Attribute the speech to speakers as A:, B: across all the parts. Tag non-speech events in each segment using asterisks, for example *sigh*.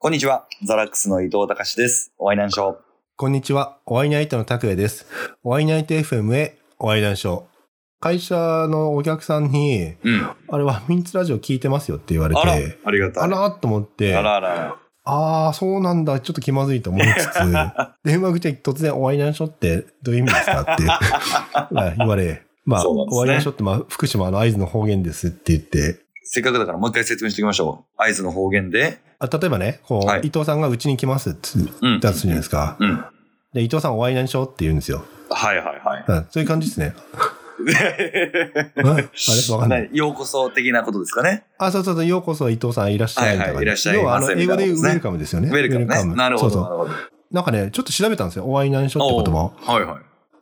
A: こんにちは。ザラックスの伊藤隆です。お会いなんしょう。
B: こんにちは。お会いナイトの拓也です。お会いナイト FM へお会い談笑。会社のお客さんに、
A: うん。あ
B: あれはミンツラジオ聞いてますよって言われ
A: ら
B: て、、
A: ありがたい。
B: あらーっと思って、
A: あ
B: あ
A: らあら。
B: あー、そうなんだ。ちょっと気まずいと思い
A: *laughs*
B: つつ、電話口で突然お会い談笑ってどういう意味ですか
A: *laughs*
B: ってはい言われ、まあ、
A: そうなんですね
B: お会い談笑って、まあ、福島の合図の方言ですって言って、
A: せっかくだからもう一回説明していきましょう。合図の方言で。
B: あ例えばね、こう、
A: はい
B: 伊藤さんがうちに来ますって言っ
A: うん。
B: たとするじゃないですか。
A: うん。は
B: で、伊藤さんお会い談笑って言うんですよ。
A: いはいはい。
B: うん、そういう感じで
A: *laughs*
B: すね。うんあれわかんない。
A: ねようこそ的なことですかね。
B: あ、そうそうそう、ようこそ伊藤さんいらっしゃいみ
A: はい
B: た
A: は
B: いない
A: いらっしゃい
B: 要は
A: ま
B: あの
A: せみた
B: 英
A: いな
B: 語
A: ことで
B: でウ
A: すね
B: ェルカムですよね。
A: ウェルカムね。なるほ
B: そ
A: ど、
B: う
A: な
B: そ
A: るほ
B: う。
A: ど。
B: なんかね、ちょっと調べたんですよ。お会い難所って言葉を。
A: はいはい。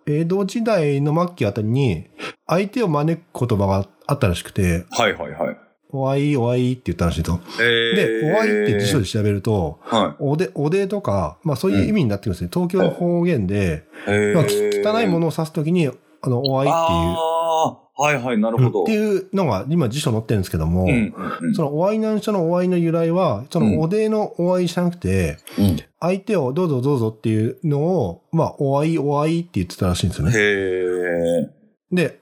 B: 江戸時代の末期あたりに、相手を招く言葉があったらしくて、
A: はいはいはい。
B: お会い、お会いって言ったらしいと。
A: え
B: で、お会いって辞書
A: で。
B: で調べると、
A: は
B: おで、おでとか、まあそういう意味になってくるんですね。東京の方言で、
A: い。え
B: まあ、き汚いも
A: の
B: のを指すときに、あの、お会いっ
A: ああー、はいはい、なる
B: ていう、
A: ほ
B: う
A: ど。
B: んっていうのが今辞書載ってるんですけども、
A: うんうん
B: そのお会い難所のお会いの由来は、そのおでのお会いじゃなくて、
A: うん。
B: 相手をどうぞどうぞっていうのを、まあ、お会いお会いって言ってたらしいんですよ
A: へ
B: ね。
A: え。
B: で、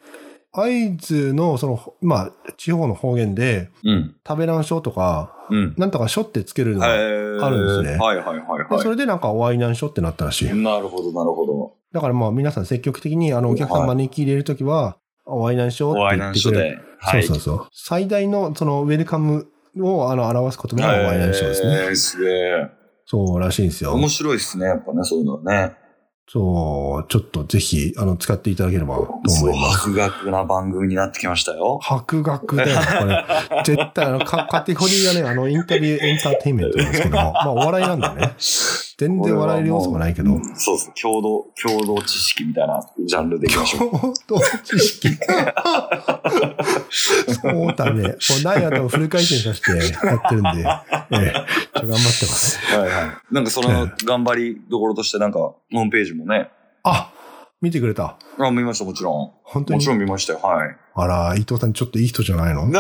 B: 会津の、その、まあ、地方の方言で、
A: うん。
B: 食べらんしょとか、
A: うん。
B: なんとかしょってつけるのが、
A: あ
B: あるんですね
A: はいはいはい
B: でそ
A: は
B: れでなんかお会いなんしょってなったらしい
A: い。。なるほど、なるほど。
B: だからまあ、皆さん積極的に、あの、お客さ
A: は
B: ん
A: い
B: 招き入れるときは、お会いなんしょ
A: お
B: っ
A: 会
B: て
A: い
B: 言
A: な
B: っ
A: ん
B: て
A: しょ
B: くれる。
A: で。はい。
B: そうそうそう。最大の、その、ウェルカムを、あの、表す言葉がお会いなんしょですね。
A: えーすげえ。
B: そうらしいんですよ。
A: 面白いですね、やっぱね、そういうのはね。
B: そう、ちょっとぜひ、あの、使っていただければと思います
A: そう、。博学な番組になってきましたよ。
B: 博学だよ、これ。絶対、あの、カカテゴリーがね、あの、インタビューエンターテインメントなんですけども、まあ、お笑いなんだよね。全然笑える要素がないけど。
A: そうそう、共同、共同知識みたいなジャンルでいきましょう。
B: *laughs* 共同知識。 *laughs* そうだね。こう、ない頭をフル回転させてやってるんで、ええ、ちょ頑張ってます。
A: はいはい。なんかその頑張りどころとして、なんか、ホームページもね。
B: あ見てくれた。
A: あ、見ました、もちろん。
B: 本当
A: も
B: に
A: ち。ろん見ましたよ、
B: *laughs*
A: はい。
B: あら、伊藤さんちょっといい人じゃないの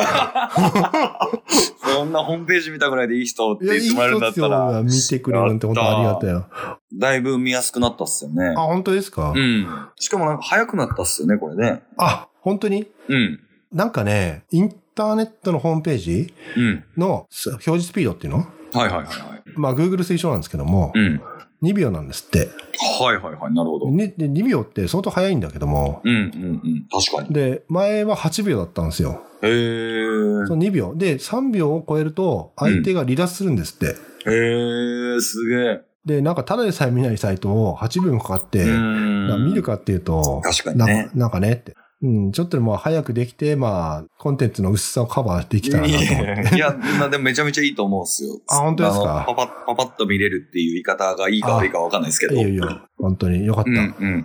A: そんなホームページ見たぐらいでいい人って
B: いや、
A: 言っ
B: いい
A: てもらえるんだ
B: 人
A: っ
B: です
A: たら
B: よ。、見てくれるなんて本当ありがたいよ。
A: だいぶ見やすくなったっすよね
B: あ、。本当ですか
A: うん。しかもなんか早くなったっすよね、これね。
B: あ、本当に
A: うん。
B: なんかね、インターネットのホームページ
A: うん。
B: のす表示スピードっていうの
A: はいはいはいはい。
B: まあ、Google 推奨なんですけども、
A: うん。
B: 2秒なんですって。
A: はいはいはい、なるほど。うん
B: にで2秒って相当早いんだけども、
A: うんうん。確かに。
B: で、前は8秒だったんですよ。
A: へー
B: その2秒。で、3秒を超えると、相手が離脱するんですって。
A: へーすげえ。
B: で、なんか、ただでさえ見ないサイトを8秒もかかって、だから
A: ん
B: 見るかっていうと、
A: 確かにね
B: なんかなんかねって。うん、ちょっとでも早くできて、まあ、コンテンツの薄さをカバーできたらなと思って。
A: いや、なでもめちゃめちゃいいと思うんですよ。
B: あ本当ですか
A: あのパパッ、パパッと見れるっていう言い方がいいか悪いかわかんないですけど。
B: いやいや、本当によかった。
A: うんうんうん。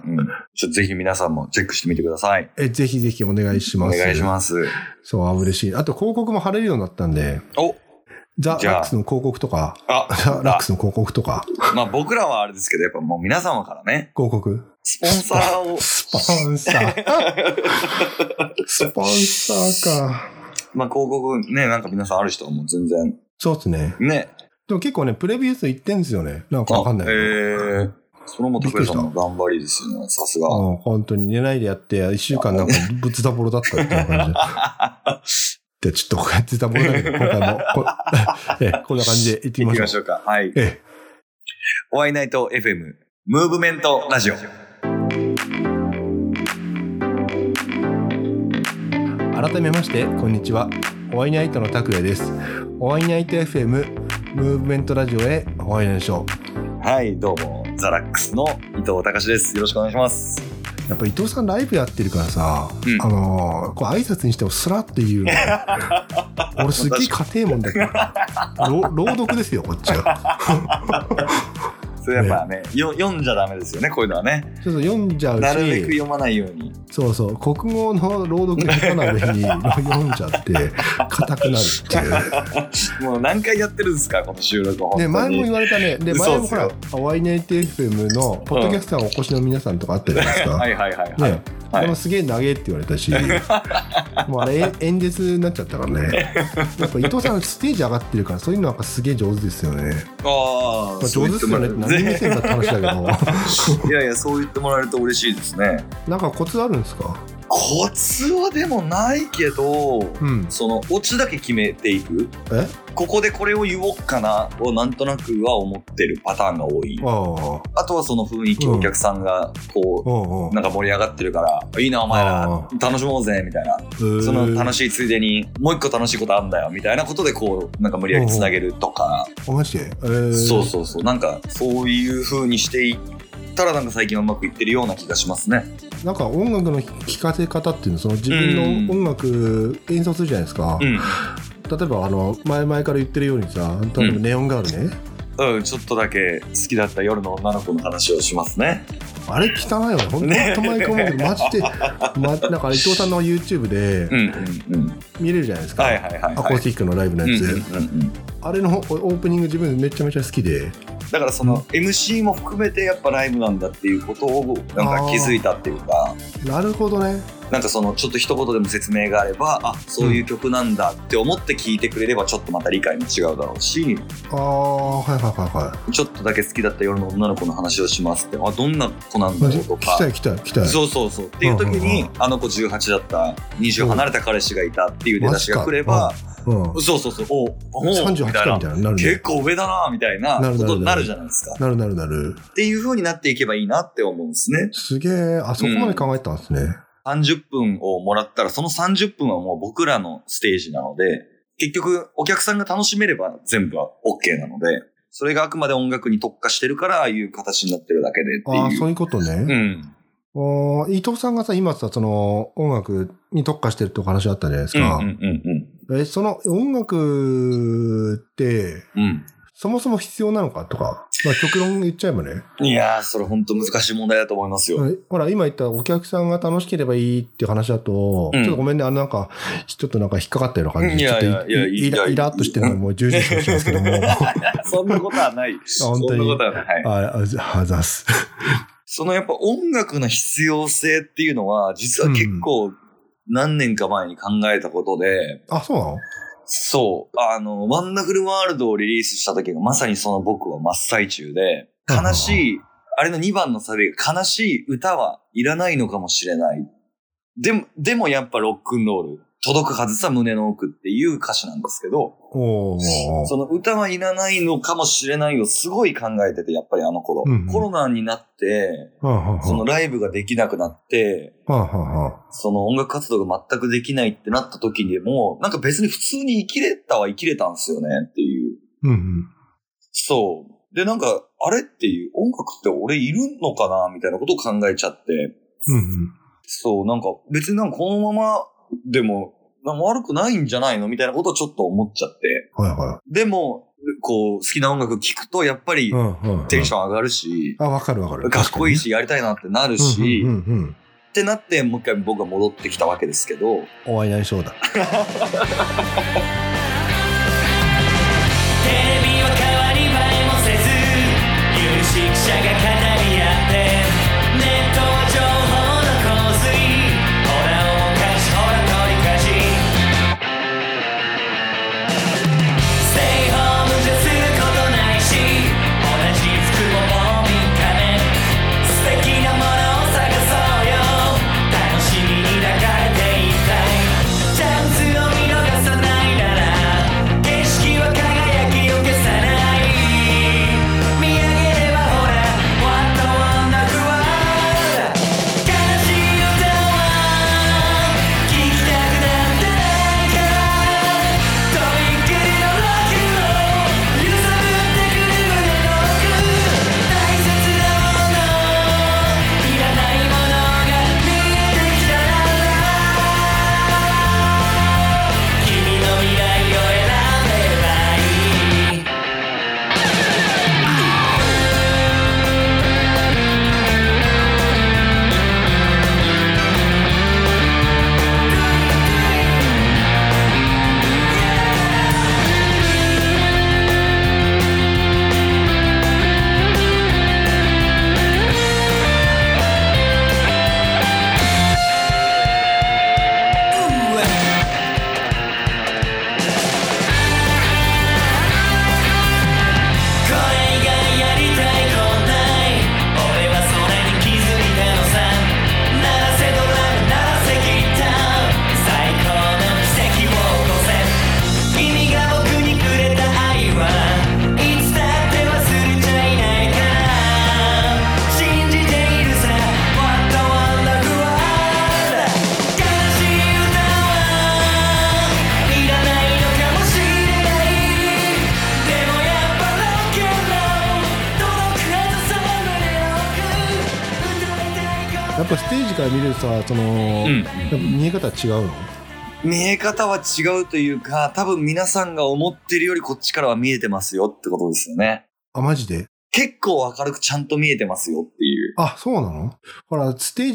A: ちょっとぜひ皆さんもチェックしてみてください。
B: え、ぜひぜひお願いし
A: お
B: ます。
A: 願いします。
B: そう、あ嬉しい。あと広告も貼れるようになったんで、
A: お
B: ザ・
A: じゃあ
B: ラックスの広告とか、
A: あ、
B: *laughs* ザ・ラックスの広告とか、
A: まあ僕らはあれですけど、やっぱもう皆様からね、
B: 広告。
A: スポンサーを、
B: スポンサー。スポンサーか。
A: まあ広告ね、なんか皆さんある人はもう全然、
B: そうですね。
A: ね。
B: でも結構ね、プレビュー数いってんですよね。なんかわかんない
A: え
B: けど。
A: ー、それも高橋さんの頑張りですよね、さすが。
B: うん本当に寝ないでやって、一週間なんかぶつだぼろだったっていう感じ。
A: *laughs*
B: で、ちょっとこれずたぼろだけど、今回もこ、 *laughs* ええこんな感じで行ってみ
A: 行きま
B: ましょう
A: し。ょうか。はい。
B: ええ
A: お会いナイト FM、ムーブメントラジオ。
B: 改めましてこんにちはお会いナイトの拓也ですお会いナイト FM ムーブメントラジオへお会いでしょ
A: はい、どうも、ザラックスの伊藤隆です。よろしくお願いします。
B: うやっぱ伊藤さんライブやってるからさ、
A: うん
B: あのーこう挨拶にしてもスラって言うのよ
A: *laughs*
B: 俺すっげえ硬いもんだけどろ朗読ですよこっちは
A: それやっぱね、よ読んじゃダメですよね、こういうのはね。
B: ちょっと読んじゃう
A: なるべく
B: し
A: 読まないように。
B: そうそう国語の朗読下手な上に *laughs* 読んじゃって硬くなるって
A: *laughs*
B: いう
A: もう何回やってるんですか、この収録を。本
B: で
A: 当
B: 前
A: に
B: も言われたねで前
A: そうっ
B: も
A: す
B: ほ
A: よ
B: ら「お会いナイト FM」のポッドキャスターをお越しの皆さんとかあったじゃないですか、
A: はいはいはいはい。
B: ね、
A: はい
B: このすげえ長えって言われた *laughs* しもうあれ演説になっちゃったからねやっぱ伊藤さんステージ上がってるからそういうのなんかすげえ上手ですよね、
A: あ
B: ま
A: あ
B: あ、上手ですよねって何目線だって話だけ *laughs* ど
A: *laughs* いやいやそう言ってもらえると嬉しいですね
B: なんかコツあるんですか
A: コツはでもないけど
B: うん
A: そのオチだけ決めていく
B: え
A: ここでこれを言おうかなをなんとなくは思ってるパターンが多い
B: ああ
A: あとはその雰囲気
B: うん
A: お客さんがこ
B: おうお
A: うなんか盛り上がってるから「いいなお前ら
B: あ
A: 楽しもうぜ」みたいな
B: う
A: その楽
B: し
A: しいついでにもう一個楽しいことあんだよみたいなことでこうなんか無理やりつなげるとか
B: いマジで、えー
A: そうそうそうなんかそういう風にしていったらなんか最近はうまくいってるような気がしますね
B: なんか音楽の聴かせ方っていうのその自分の音楽演奏するじゃないですか、
A: うん
B: 例えばあの前々から言ってるようにさ例えばネオンガールね、
A: うん、ちょっとだけ好きだった夜の女の子の話をしますね。
B: あれ汚いよね本当に
A: ね
B: 頭いいと思うけどマジ
A: *laughs*
B: で、ま、なんか伊藤さんの YouTube で
A: うんうんうん。
B: 見れるじゃないですか、
A: はいはいはい、はい。
B: アコースティックのライブのやつ、
A: うんうんうんうん
B: あれのオープニング自分めちゃめちゃ好きで
A: だからその MC も含めてやっぱライブなんだっていうことをなんか気づいたっていうか
B: なるほどね
A: なんかそのちょっと一言でも説明があればあそういう曲なんだって思って聞いてくれればちょっとまた理解も違うだろうし
B: ああはいはいはいはい
A: ちょっとだけ好きだった夜の女の子の話をしますってあどんな子なんだ
B: マジ
A: ろうとか
B: 聞きたい聞きたい聞きたい
A: そうそうそうっていう時
B: うん
A: に
B: うん
A: あの子18だった20離れた彼氏がいたっていう出だしが来れば
B: う、ん、
A: そうそうそうおうおう
B: 38
A: み
B: み
A: たいな
B: たいになる
A: 結
B: ね
A: 構上だなみたいな
B: な
A: こ
B: る
A: とにな
B: な
A: る
B: る
A: じゃないですか
B: なるなるなる
A: っていう風になっていけばいいなって思うんですね
B: すげえあそこまで考えてたんですね、
A: 30分をもらったらその30分はもう僕らのステージなので結局お客さんが楽しめれば全部は OK なのでそれがあくまで音楽に特化してるからああいう形になってるだけでって
B: ああ
A: い
B: そうういうことね、
A: うん
B: お伊藤さんがさ、今さ、その音楽に特化してるとお話あったじゃないです
A: うんう
B: か。
A: んうん
B: えその音楽って、
A: うん
B: そもそも必要なのかとか、まあ、極論言っちゃえばね。
A: うんいやーそれ本当難しい問題だと思いますよ
B: えほら、今言ったお客さんが楽しければいいっていう話だと、
A: うん
B: ちょっとごめんね、あのなんか、ちょっとなんか引っかかったような感じ
A: い
B: で、ちょ
A: やいや
B: っとい
A: いやいや
B: イライラっとしてるのが
A: *laughs*
B: もう重々承知なんですけども。
A: そんなことはない。そん
B: *laughs* 本当
A: な
B: に
A: ことはない。はい
B: ああざあざっす。
A: そのやっぱ音楽の必要性っていうのは、実は結構何年か前に考えたことで、
B: あ、そうなの
A: そう、あの、ワンダフルワールドをリリースした時がまさにその僕は真っ最中で、悲しい、あれの2番のサビが悲しい歌はいらないのかもしれない。でも、でもやっぱロックンロール、届くはずさ胸の奥っていう歌詞なんですけど、
B: おーおー
A: その歌はいらないのかもしれないをすごい考えてて、やっぱりあの頃。
B: うんうん
A: コロナになって、
B: はあはあはあ
A: そのライブができなくなって、
B: はあはあはあ
A: その音楽活動が全くできないってなった時にも、なんか別に普通に生きれたは生きれたんですよねっていう。
B: うんうん。
A: そう。で、なんか、あれっていう、音楽って俺いるのかなみたいなことを考えちゃって。
B: うんうん。
A: そう、なんか別になんかこのままでも、なんか悪くないんじゃないのみたいなことをちょっと思っちゃって。
B: はいは
A: でも、こう、好きな音楽聴くと、やっぱり
B: い。うんうんうん
A: テンション上がるし、
B: あ、わかるわかる。
A: かっこいいし、やりたいなってなるし、
B: うんうんうんうん
A: ってなって、もう一回僕が戻ってきたわけですけど、
B: お会いになりそうだ。
C: テレビは変わり映えもせず有識者が語り合ってネットは情報の洪水ほらおかしほら取り返し Stay home じゃすることないし同じ服ももう3日目素敵なものを探そうよ楽しみに抱かれていたいチャンスを見逃さないなら景色は輝きを消さない見上げればほら
B: ぱステージから見るさその、
A: うん
B: やっぱ見え方は違うの
A: 見え方は違うというか、多分皆さんが思ってるよりこっちからは見えてますよってことですよね。
B: あマジで
A: 結構明るくちゃんと見えてますよっていう。
B: あそうなのほらステー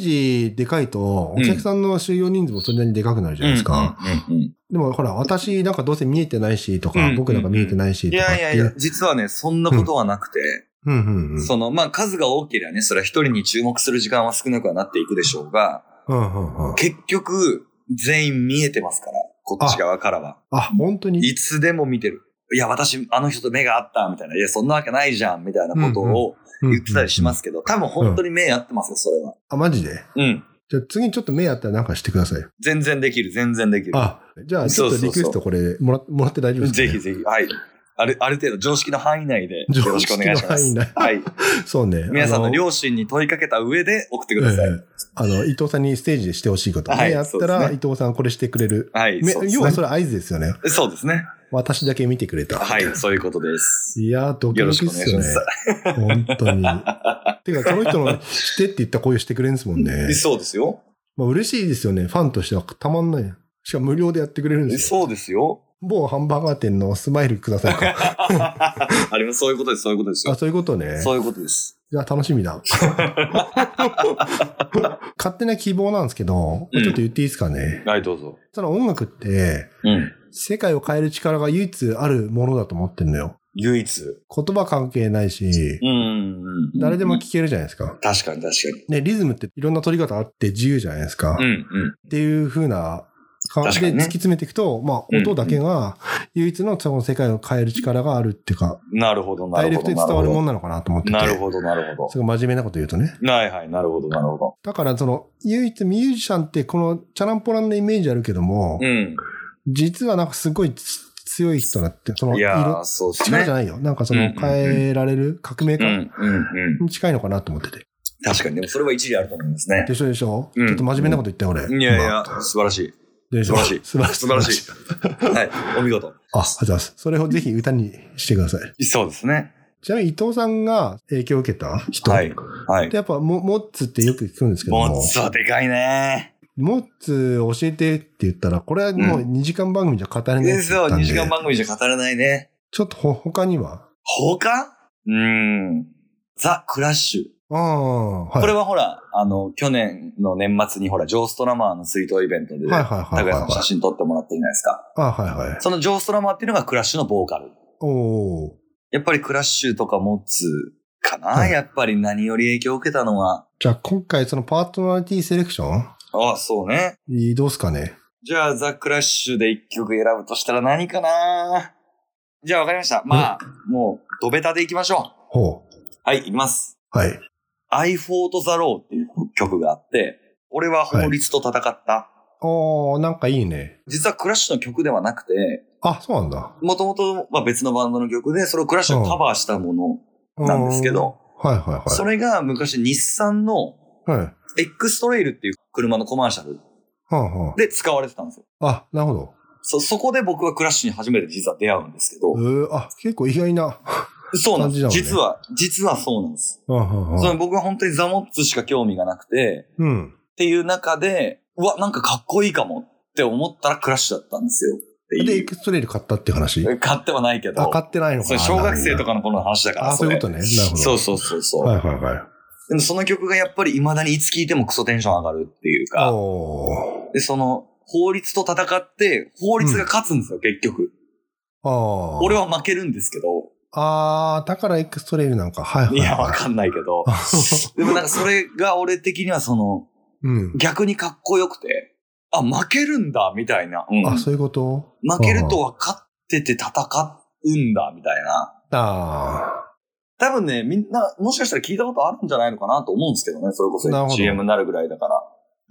B: ジでかいとお客さんの収容人数もそれなりにでかくなるじゃないですか、
A: うんうんうん
B: でもほら私なんかどうせ見えてないしとか、
A: うん
B: 僕なんか見えてないし
A: い
B: とかっ
A: や
B: て
A: いやいや、実はね、そんなことはなくて、
B: うんうんうん
A: その、まあ、数が多ければね、それは一人に注目する時間は少なくはなっていくでしょうが、
B: うんうんうん
A: 結局、全員見えてますから、こっち側からは。
B: あ本当に、
A: いつでも見てる。いや、私、あの人と目が合った、みたいな。いや、そんなわけないじゃん、みたいなことを言ってたりしますすけど、多分本当に目合ってますよ、それは。
B: うんうんあマジで
A: うん。
B: じゃあ次ちょっと目あったらなんかしてください
A: 全然できる、全然できる。
B: あじゃあちょっとリクエストこれもらもらって大丈夫ですか、
A: ぜひぜひ、はい。ある、ある程度常識の範囲内でよろしくお願いしま
B: 常識
A: す。
B: の
A: はい。
B: ひそうね
A: 皆さん
B: あ
A: の両親に問いかけた上で送ってください。
B: ええあの、伊藤さんにステージでしてほしいこと。
A: はい
B: ねやった
A: そう
B: ら、
A: で
B: 伊藤さんこれしてくれる。
A: はい。
B: め
A: そうです
B: 要はそ
A: ね。
B: れ合図ですよね。
A: そうですね。
B: 私だけ見てくれた。
A: はい、そういうことです。
B: いやー、ドキ
A: よ
B: ド
A: ろし
B: キ
A: く
B: っ
A: お願い
B: す
A: し
B: よ
A: ま
B: ね
A: す。。
B: 本当に。てか、その人のしてって言った声をしてくれるんですもん
A: *laughs*
B: ね。
A: そうですよ。
B: まあ、嬉しいですよね。ファンとしてはたまんない。しかも無料でやってくれるんですよ。
A: そうですよ。
B: 某ハンバーガー店のスマイルくださ
A: *laughs*
B: いか。
A: あれもそういうことです、そういうことです
B: あ、
A: よ。
B: そういうことね。
A: そういうことです。
B: いや、楽しみだ。勝手な希望なんですけど、
A: うん
B: ちょっと言っていいですかね。
A: はい、どうぞ。
B: その音楽って、
A: うん。
B: 世界を変える力が唯一あるものだと思ってんのよ。
A: 唯一。
B: 言葉関係ないし、
A: うん。
B: 誰でも
A: うん
B: 聞けるじゃないですか。
A: 確かに確
B: ね、リズムっていろんな取り方あって自由じゃないですか。
A: かに。う
B: っ
A: んうん。
B: ていう風な感じ
A: 確か
B: で
A: に
B: 突
A: ね
B: き詰めていくと、まあ
A: うん
B: 音だけが唯一のその世界を変える力があるっていうか、
A: なるほど、な
B: ダイ
A: る
B: レ
A: ほ
B: クト
A: ど。
B: に伝わるもんなのかなと思ってて。
A: なるほど、なるほ
B: すごい真面目なこと言うとね。
A: ど。はいはい、なるほど、なるほど。
B: だからその唯一ミュージシャンってこのチャランポランのイメージあるけども、
A: うん。
B: 実はなんかすごいつ強い人だって、その
A: い
B: い
A: や
B: ろ
A: ー、そうです
B: 力
A: ね
B: じゃ。ないよ。なんかそ
A: うん
B: の
A: うんうん
B: 変えられる革命
A: うん、う
B: 家
A: ん、うん。
B: に近いのかなと思ってて。
A: 確かに、でもそれは一理あると思いますね。
B: でしょでしょ、
A: うん
B: ちょっと真面目なこと言ったよ、俺。
A: いやいや
B: 今、
A: 素晴らしい。
B: でしょ
A: 素晴らしい
B: 素晴らしい。
A: 素晴らしい。はい、お見事。
B: あ、ありがとうございます。それをぜひ歌にしてください。
A: そうですね。
B: ちなみに伊藤さんが影響を受けた人。
A: はい。はい
B: で、。やっぱモ、モッツってよく聞くんですけども。
A: モッツはでかいね。
B: モッツを教えてって言ったら、これはもう2時間番組じゃ語れないって
A: そ
B: 言
A: う、
B: ったん
A: 2
B: で。
A: 時間番組じゃ語れないね。
B: ちょっとほ、他には
A: 他うん。ザ・クラッシュ。
B: ああ、はい。
A: これ
B: は、
A: はほら、あの、去年の年末にほら、ジョーストラマーの追悼イベントで、
B: はい
A: 拓
B: はいはい
A: 也
B: はい、
A: さんの写真撮ってもらったじゃないですか。
B: あはいはい。
A: そのジョーストラマーっていうのがクラッシュのボーカル。
B: おー。
A: やっぱりクラッシュとかモッツかな、
B: はい
A: やっぱり何より影響を受けたのは。
B: じゃあ今回そのパートナリティセレクション
A: ああ、そうね。
B: いいどうすかね
A: じゃあ、ザ・クラッシュで一曲選ぶとしたら何かなじゃあ、わかりました。まあ、もう、ドベタでいきましょ
B: ほう。
A: う。はい、いきます。
B: はい。
A: I fought the law っていう曲があって、俺は法律と戦った。
B: おー、なんかいいね。
A: 実はクラッシュの曲ではなくて、
B: あ、そうなんだ。
A: もともとは別のバンドの曲で、それをクラッシュがカバーしたものなんですけど、
B: うん。はいはいはい。
A: それが昔日産の
B: はい。は
A: X トレイルっていう車のコマーシャル
B: あは
A: で使われてたんですよ。
B: あ。あ、なるほど。
A: そ、そこで僕はクラッシュに初めて実は出会うんですけ
B: え
A: ど、
B: ー、あ、結構意外な。
A: そうなんです、
B: 感じだ
A: 実は、実はそうなんです。
B: うんうん
A: そうの
B: ん
A: 僕は本当にザモッツしか興味がなくて、
B: うん。
A: っていう中で、うわ、なんかかっこいいかもって思ったらクラッシュだったんですよ。って
B: で、エ
A: い
B: クストレイル買ったっていう話
A: う。買ってはないけ
B: あ、
A: ど、
B: 買ってないの
A: そ
B: か
A: れ
B: な。
A: 小学生とかの頃の話だから、
B: あ、そういうこと
A: ね。
B: ね。なるほど。
A: そうそうそうそう。
B: はいはいはい。
A: でもその曲がやっぱり未だにいつ聴いてもクソテンション上がるっていうか、
B: お
A: で、その、法律と戦って、法律が勝つんですよ、結局。
B: ー。あー
A: 俺は負けるんですけど、
B: あー、だからエクストレイルなんか。はいはいい
A: や、わ
B: はい。
A: かんないけ
B: *laughs*
A: ど。でもなんかそれが俺的にはその、
B: うん。
A: 逆にかっこよくて、あ、負けるんだ、みたいな。うん
B: あ、そういうこと
A: 負けると分かってて戦うんだ、みたいな。
B: あ
A: 多分ね、みんな、もしかしたら聞いたことあるんじゃないのかなと思うんですけどね、それこ
B: なるほ
A: そ
B: ど
A: CM になるぐらいだから。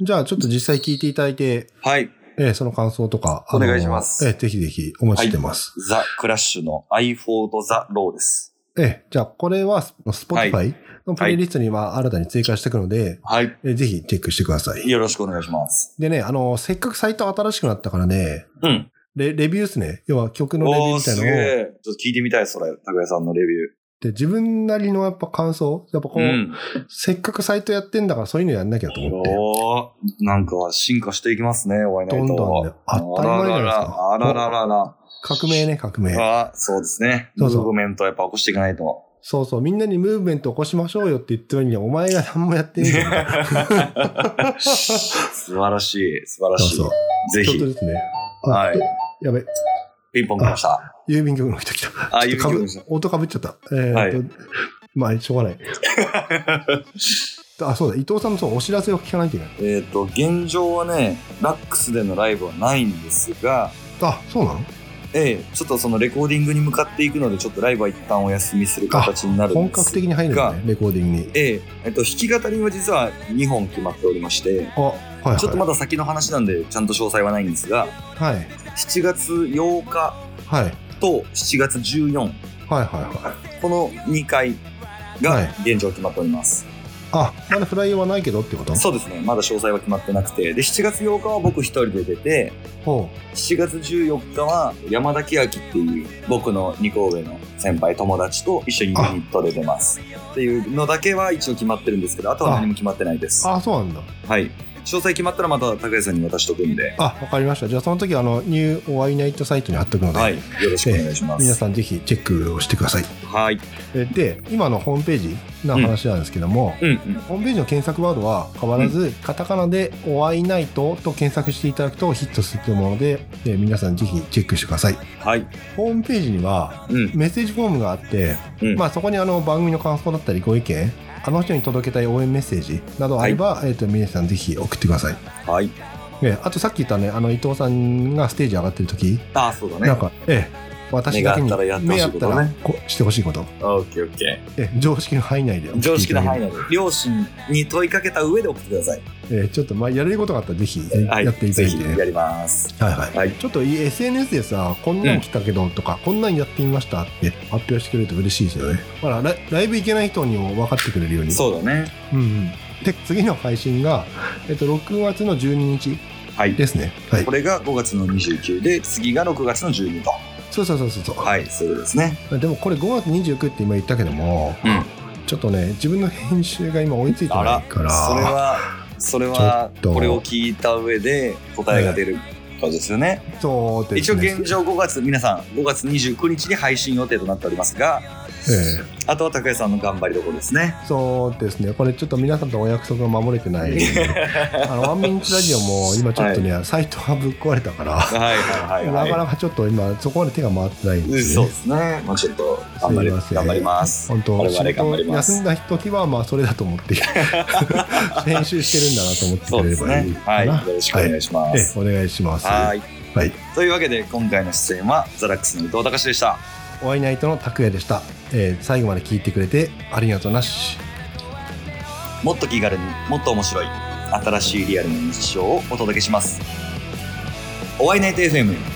B: ー。じゃあ、ちょっと実際聞いていただいて、
A: はい。
B: えーその感想とか。あの
A: お願いします
B: えーぜひぜひお待ちしてます。
A: ザ・クラッシュの I for the Law です。
B: えーじゃあ、これはス Spotify のプレイリストには新たに追加していくので、
A: はい。
B: えーぜひチェックしてください。
A: よろしくお願いします。
B: でね、あの、せっかくサイト新しくなったからね、
A: うん。
B: レレビューですね。要は曲のレビュー
A: おー、
B: みたい
A: す
B: な
A: げ
B: のを
A: え。ちょっと聞いてみたい、それ。拓也さんのレビュ
B: で、自分なりのやっぱ感想、やっぱこう、
A: うん。
B: せっかくサイトやってんだからそういうのやんなきゃと思って。
A: おーなんか進化していきますね、ワイナイト
B: どんどんね当たり前じゃないですか
A: あらららら
B: 革命ね、革
A: あ
B: 命
A: ら。ら。あそうですね。
B: そ
A: ム
B: うそう
A: ーブメントやっぱ起こしていかない
B: *laughs*
A: と。
B: そうそう、みんなにムーブメント起こしましょうよって言ってるのに、お前が何もやってね
A: *laughs*
B: えじゃん。
A: 素晴らしい、素晴ら
B: そう
A: しい
B: そ。う。
A: ぜ
B: ちょっ
A: ひ
B: と。ですね。あ
A: はい。
B: やべ、
A: ピンポン来ました。
B: 郵便局の人来た。
A: あ、
B: ち
A: 指
B: ょっとかぶ
A: 来ました。
B: 音かぶっちゃった。えーと、
A: はい
B: まあ、しょう
A: *laughs*
B: がない。あ、そうだ、伊藤さんのそうお知らせを聞かないといけない。
A: えっと、現状はね、ラックスでのライブはないんですが、
B: あ、そうなの
A: ええ、ちょっとそのレコーディングに向かっていくので、ちょっとライブは一旦お休みする形になるん
B: 本
A: です
B: 格的に入るんだね、レコーディングに。
A: ええ、えっと、弾き語りは実は2本決まっておりまして、
B: あ、はい、はい。
A: ちょっとまだ先の話なんで、ちゃんと詳細はないんですが、
B: はい。はい。
A: 7月8日
B: はい、
A: と7月14、
B: はい、はい。
A: この2回
B: は
A: が
B: い
A: 現状決まっております。
B: あ、まだフライヤーはないけどってこと
A: そうですね、まだ詳細は決まってなくて、で、7月8日は僕一人で出て、
B: ほ
A: 7月14日は山田明っていう僕の2個上の先輩友達と一緒にユニットで出ますっていうのだけは一応決まってるんですけどあとは何も決まってないです
B: う。
A: は
B: あ、そうなんだ。
A: い詳細決まったらまた高橋さんに渡しとくんで
B: あ、わかりました。じゃあ、その時、あの、ニューオアイナイトサイトに貼っとくので、
A: はいよろしくお願いします、
B: 皆さんぜひチェックをしてください。
A: はい
B: えで、今のホームページの話なんですけども、
A: うんうん
B: ホームページの検索ワードは変わらず、カタカナで「お会いナイト」と検索していただくとヒットすると思うので、えー皆さんぜひチェックしてください
A: はい
B: ホームページには
A: うん
B: メッセージフォームがあって、
A: うん
B: まあ、そこにあの番組の感想だったりご意見あの人に届けたい応援メッセージなどあれば、えー、と皆さんぜひ送ってください、
A: はい
B: えーあとさっき言ったねあの伊藤さんがステージ上がってる時、
A: あそうだね
B: なんか、ええ私だけに
A: 目があったらやってほしいことね
B: 目あったらこしてほしいこと、
A: オッケーオッケ
B: ええ常識の範囲内で送
A: ー
B: っていた
A: 常
B: だけ
A: 識
B: る
A: の範囲内で両親に問いかけた上で送ってください
B: えーちょっとまあやれることがあったらぜひ、えー
A: はい
B: やっていただ
A: ぜ
B: い
A: ひ
B: て、
A: やります
B: はいはい
A: はい
B: ちょっといい SNS でさこんなん来たけどとか、こんなんやってみましたって発表してくれると嬉しいですよねほらラライブ行けない人にも分かってくれるように
A: そうだね
B: う、んうん、で次の配信が、えっと、6月の12日
A: はい
B: ですねはい
A: これが5月の29で次が6月の12と
B: そうそうそうそうそう、
A: はいそういうことですね
B: でもこれ5月29って今言ったけども、
A: うん
B: ちょっとね自分の編集が今追いついてないから
A: それはそれは
B: ちょっと
A: これを聞いた上で答えが出ることですよね、
B: そうで
A: 一
B: す
A: 応
B: ね
A: 現状5月皆さん5月29日に配信予定となっておりますが
B: ええ
A: あとは高谷さんの頑張りどころですね
B: そうですね、これちょっと皆さんとお約束が守れてないあのワンミンツラジオも今ちょっとね、サイトがぶっ壊れたから、
A: はいはいはい、
B: なか
A: は
B: なかちょっと今、そこまで手が回ってないん
A: い、
B: です
A: そうで
B: よね。
A: すねもうちょっと頑張り
B: すいません
A: 頑張ります
B: 本当
A: 我
B: 仕
A: 々頑張
B: 事
A: ります
B: 休んだ時はまあそれだと思って
A: *laughs*
B: 編集してるんだなと
A: そう
B: 思
A: で
B: って
A: す
B: くれればい
A: ね
B: いか
A: はい
B: な、
A: よろしくお願いしま
B: え
A: す
B: えお願いします
A: はい
B: はい
A: というわけで今回の出演はザラックスの伊藤隆でした
B: お会いナイトの拓也でした、えー最後まで聞いてくれてありがとうなし
A: もっと気軽にもっと面白い新しいリアルな日常をお届けしますお会いナイト FM